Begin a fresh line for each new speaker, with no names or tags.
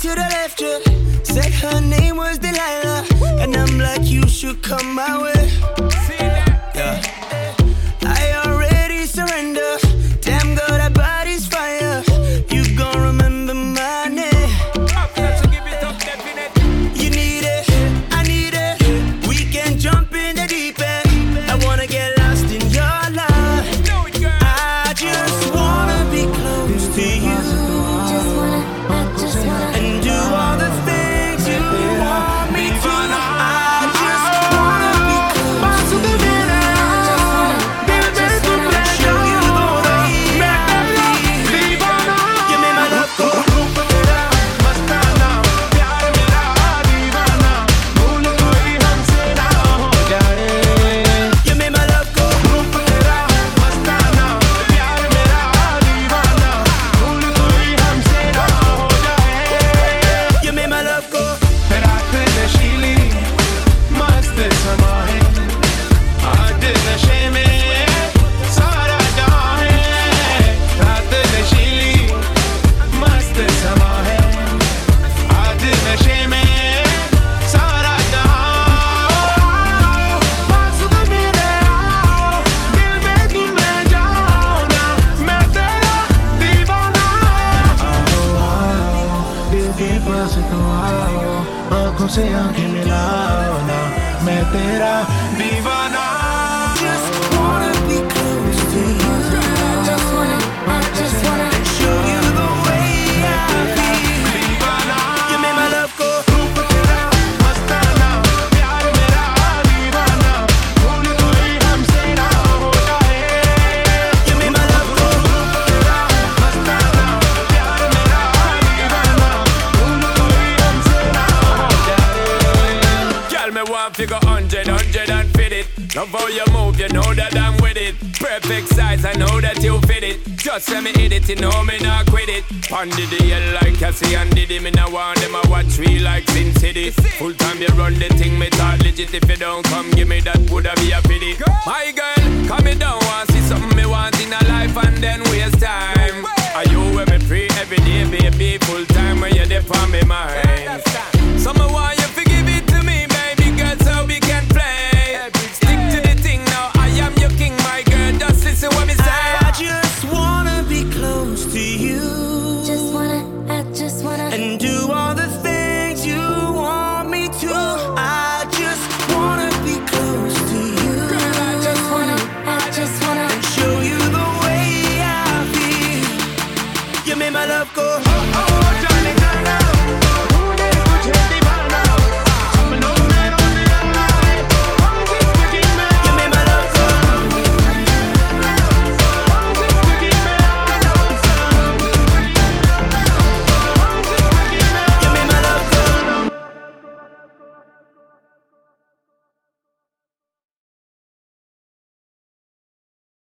should've left you. Said her name was Delilah, and I'm like, you should come my way. Yeah. I already surrender. Damn girl, that body's fire. You gon' remember my name. You need it, I need it. We can jump in the deep end. I wanna get lost in your love. I just wanna be close to you
Just wanna, I just wanna.
and do all the things you want me to. I just wanna be close to you. Show you the way I feel. You made my love go. You made my love go. You made my love go.
से आंखें मिलाओ ना मैं तेरा दीवाना
Just wanna be close to you.
I just wanna, I just wanna.
Show you the way I feel. You made my love go. You made my love go.
Girl, me want figure hundred, hundred and fit it. Love how you move, you know that I'm with it. Perfect size, I know that you fit it. Just let me hit it, you know me not quit it. Pondy the hell like Cassie and Diddy, me now want them I watch we like Sin City. Full time you run the thing, me thought legit. If you don't come, give me that, woulda be a pity. My girl, come me down, want see something me want in a life and then waste time.